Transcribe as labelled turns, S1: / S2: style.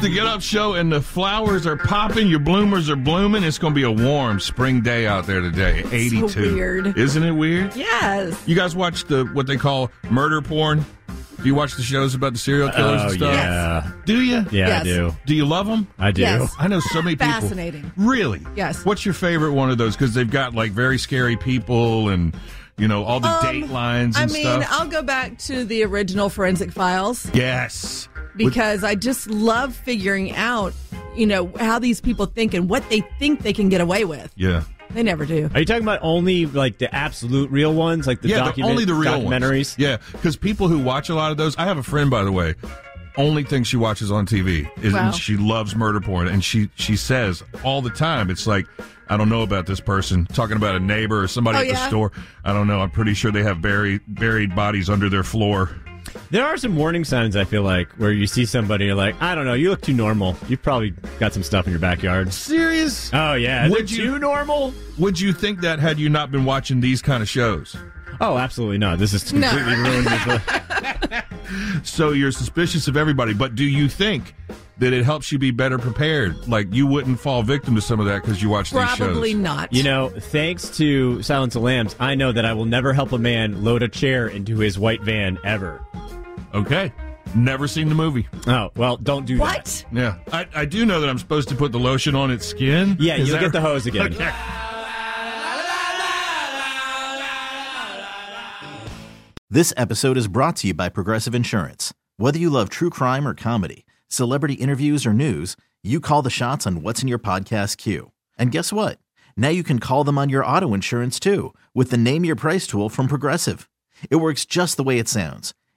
S1: the Get Up Show, and the flowers are popping. Your bloomers are blooming. It's going to be a warm spring day out there today. Eighty-two.
S2: weird.
S1: Isn't it weird?
S2: Yes.
S1: You guys watch the what they call murder porn? Do you watch the shows about the serial killers and stuff?
S2: Yes.
S3: Oh, yeah.
S1: Do you?
S3: Yeah,
S2: Yes.
S3: I do.
S1: Do you love them?
S3: I do.
S2: Yes.
S1: I know so many people.
S2: Fascinating.
S1: Really?
S2: Yes.
S1: What's your favorite one of those? Because they've got like very scary people and you know all the date lines
S2: Um, I
S1: and
S2: mean,
S1: stuff.
S2: I'll go back to the original Forensic Files
S1: yes.
S2: because I just love figuring out, you know, how these people think and what they think they can get away with.
S1: Yeah.
S2: They never do.
S3: Are you talking about only like the absolute real ones, like the
S1: yeah,
S3: document,
S1: only the real
S3: documentaries?
S1: Ones. Yeah, because people who watch a lot of those, I have a friend by the way. Only thing she watches on TV is
S2: Wow.
S1: and she loves murder porn, and she she says all the time, it's like I don't know about this person talking about a neighbor or somebody
S2: Oh,
S1: at the
S2: yeah?
S1: store. I don't know. I'm pretty sure they have buried buried bodies under their floor.
S3: There are some warning signs. I feel like where you see somebody, you're like, I don't know, you look too normal. You've probably got some stuff in your backyard.
S1: Serious?
S3: Oh yeah, Is
S1: Would
S3: it
S1: you-
S3: too normal?
S1: Would you think that had you not been watching these kind of shows?
S3: Oh, absolutely not. This is completely ruined. This
S1: So you're suspicious of everybody, but do you think that it helps you be better prepared? Like you wouldn't fall victim to some of that because you watch these shows.
S2: Probably not.
S3: You know, thanks to Silence of the Lambs, I know that I will never help a man load a chair into his white van ever.
S1: Okay. Never seen the movie.
S3: Oh, well, don't do that.
S2: what?
S1: Yeah. I, I do know that I'm supposed to put the lotion on its skin.
S3: Yeah,
S1: Is
S3: you'll
S1: that
S3: get the hose again.
S1: Okay.
S4: This episode is brought to you by Progressive Insurance. Whether you love true crime or comedy, celebrity interviews or news, you call the shots on what's in your podcast queue. And guess what? Now you can call them on your auto insurance too with the Name Your Price tool from Progressive. It works just the way it sounds.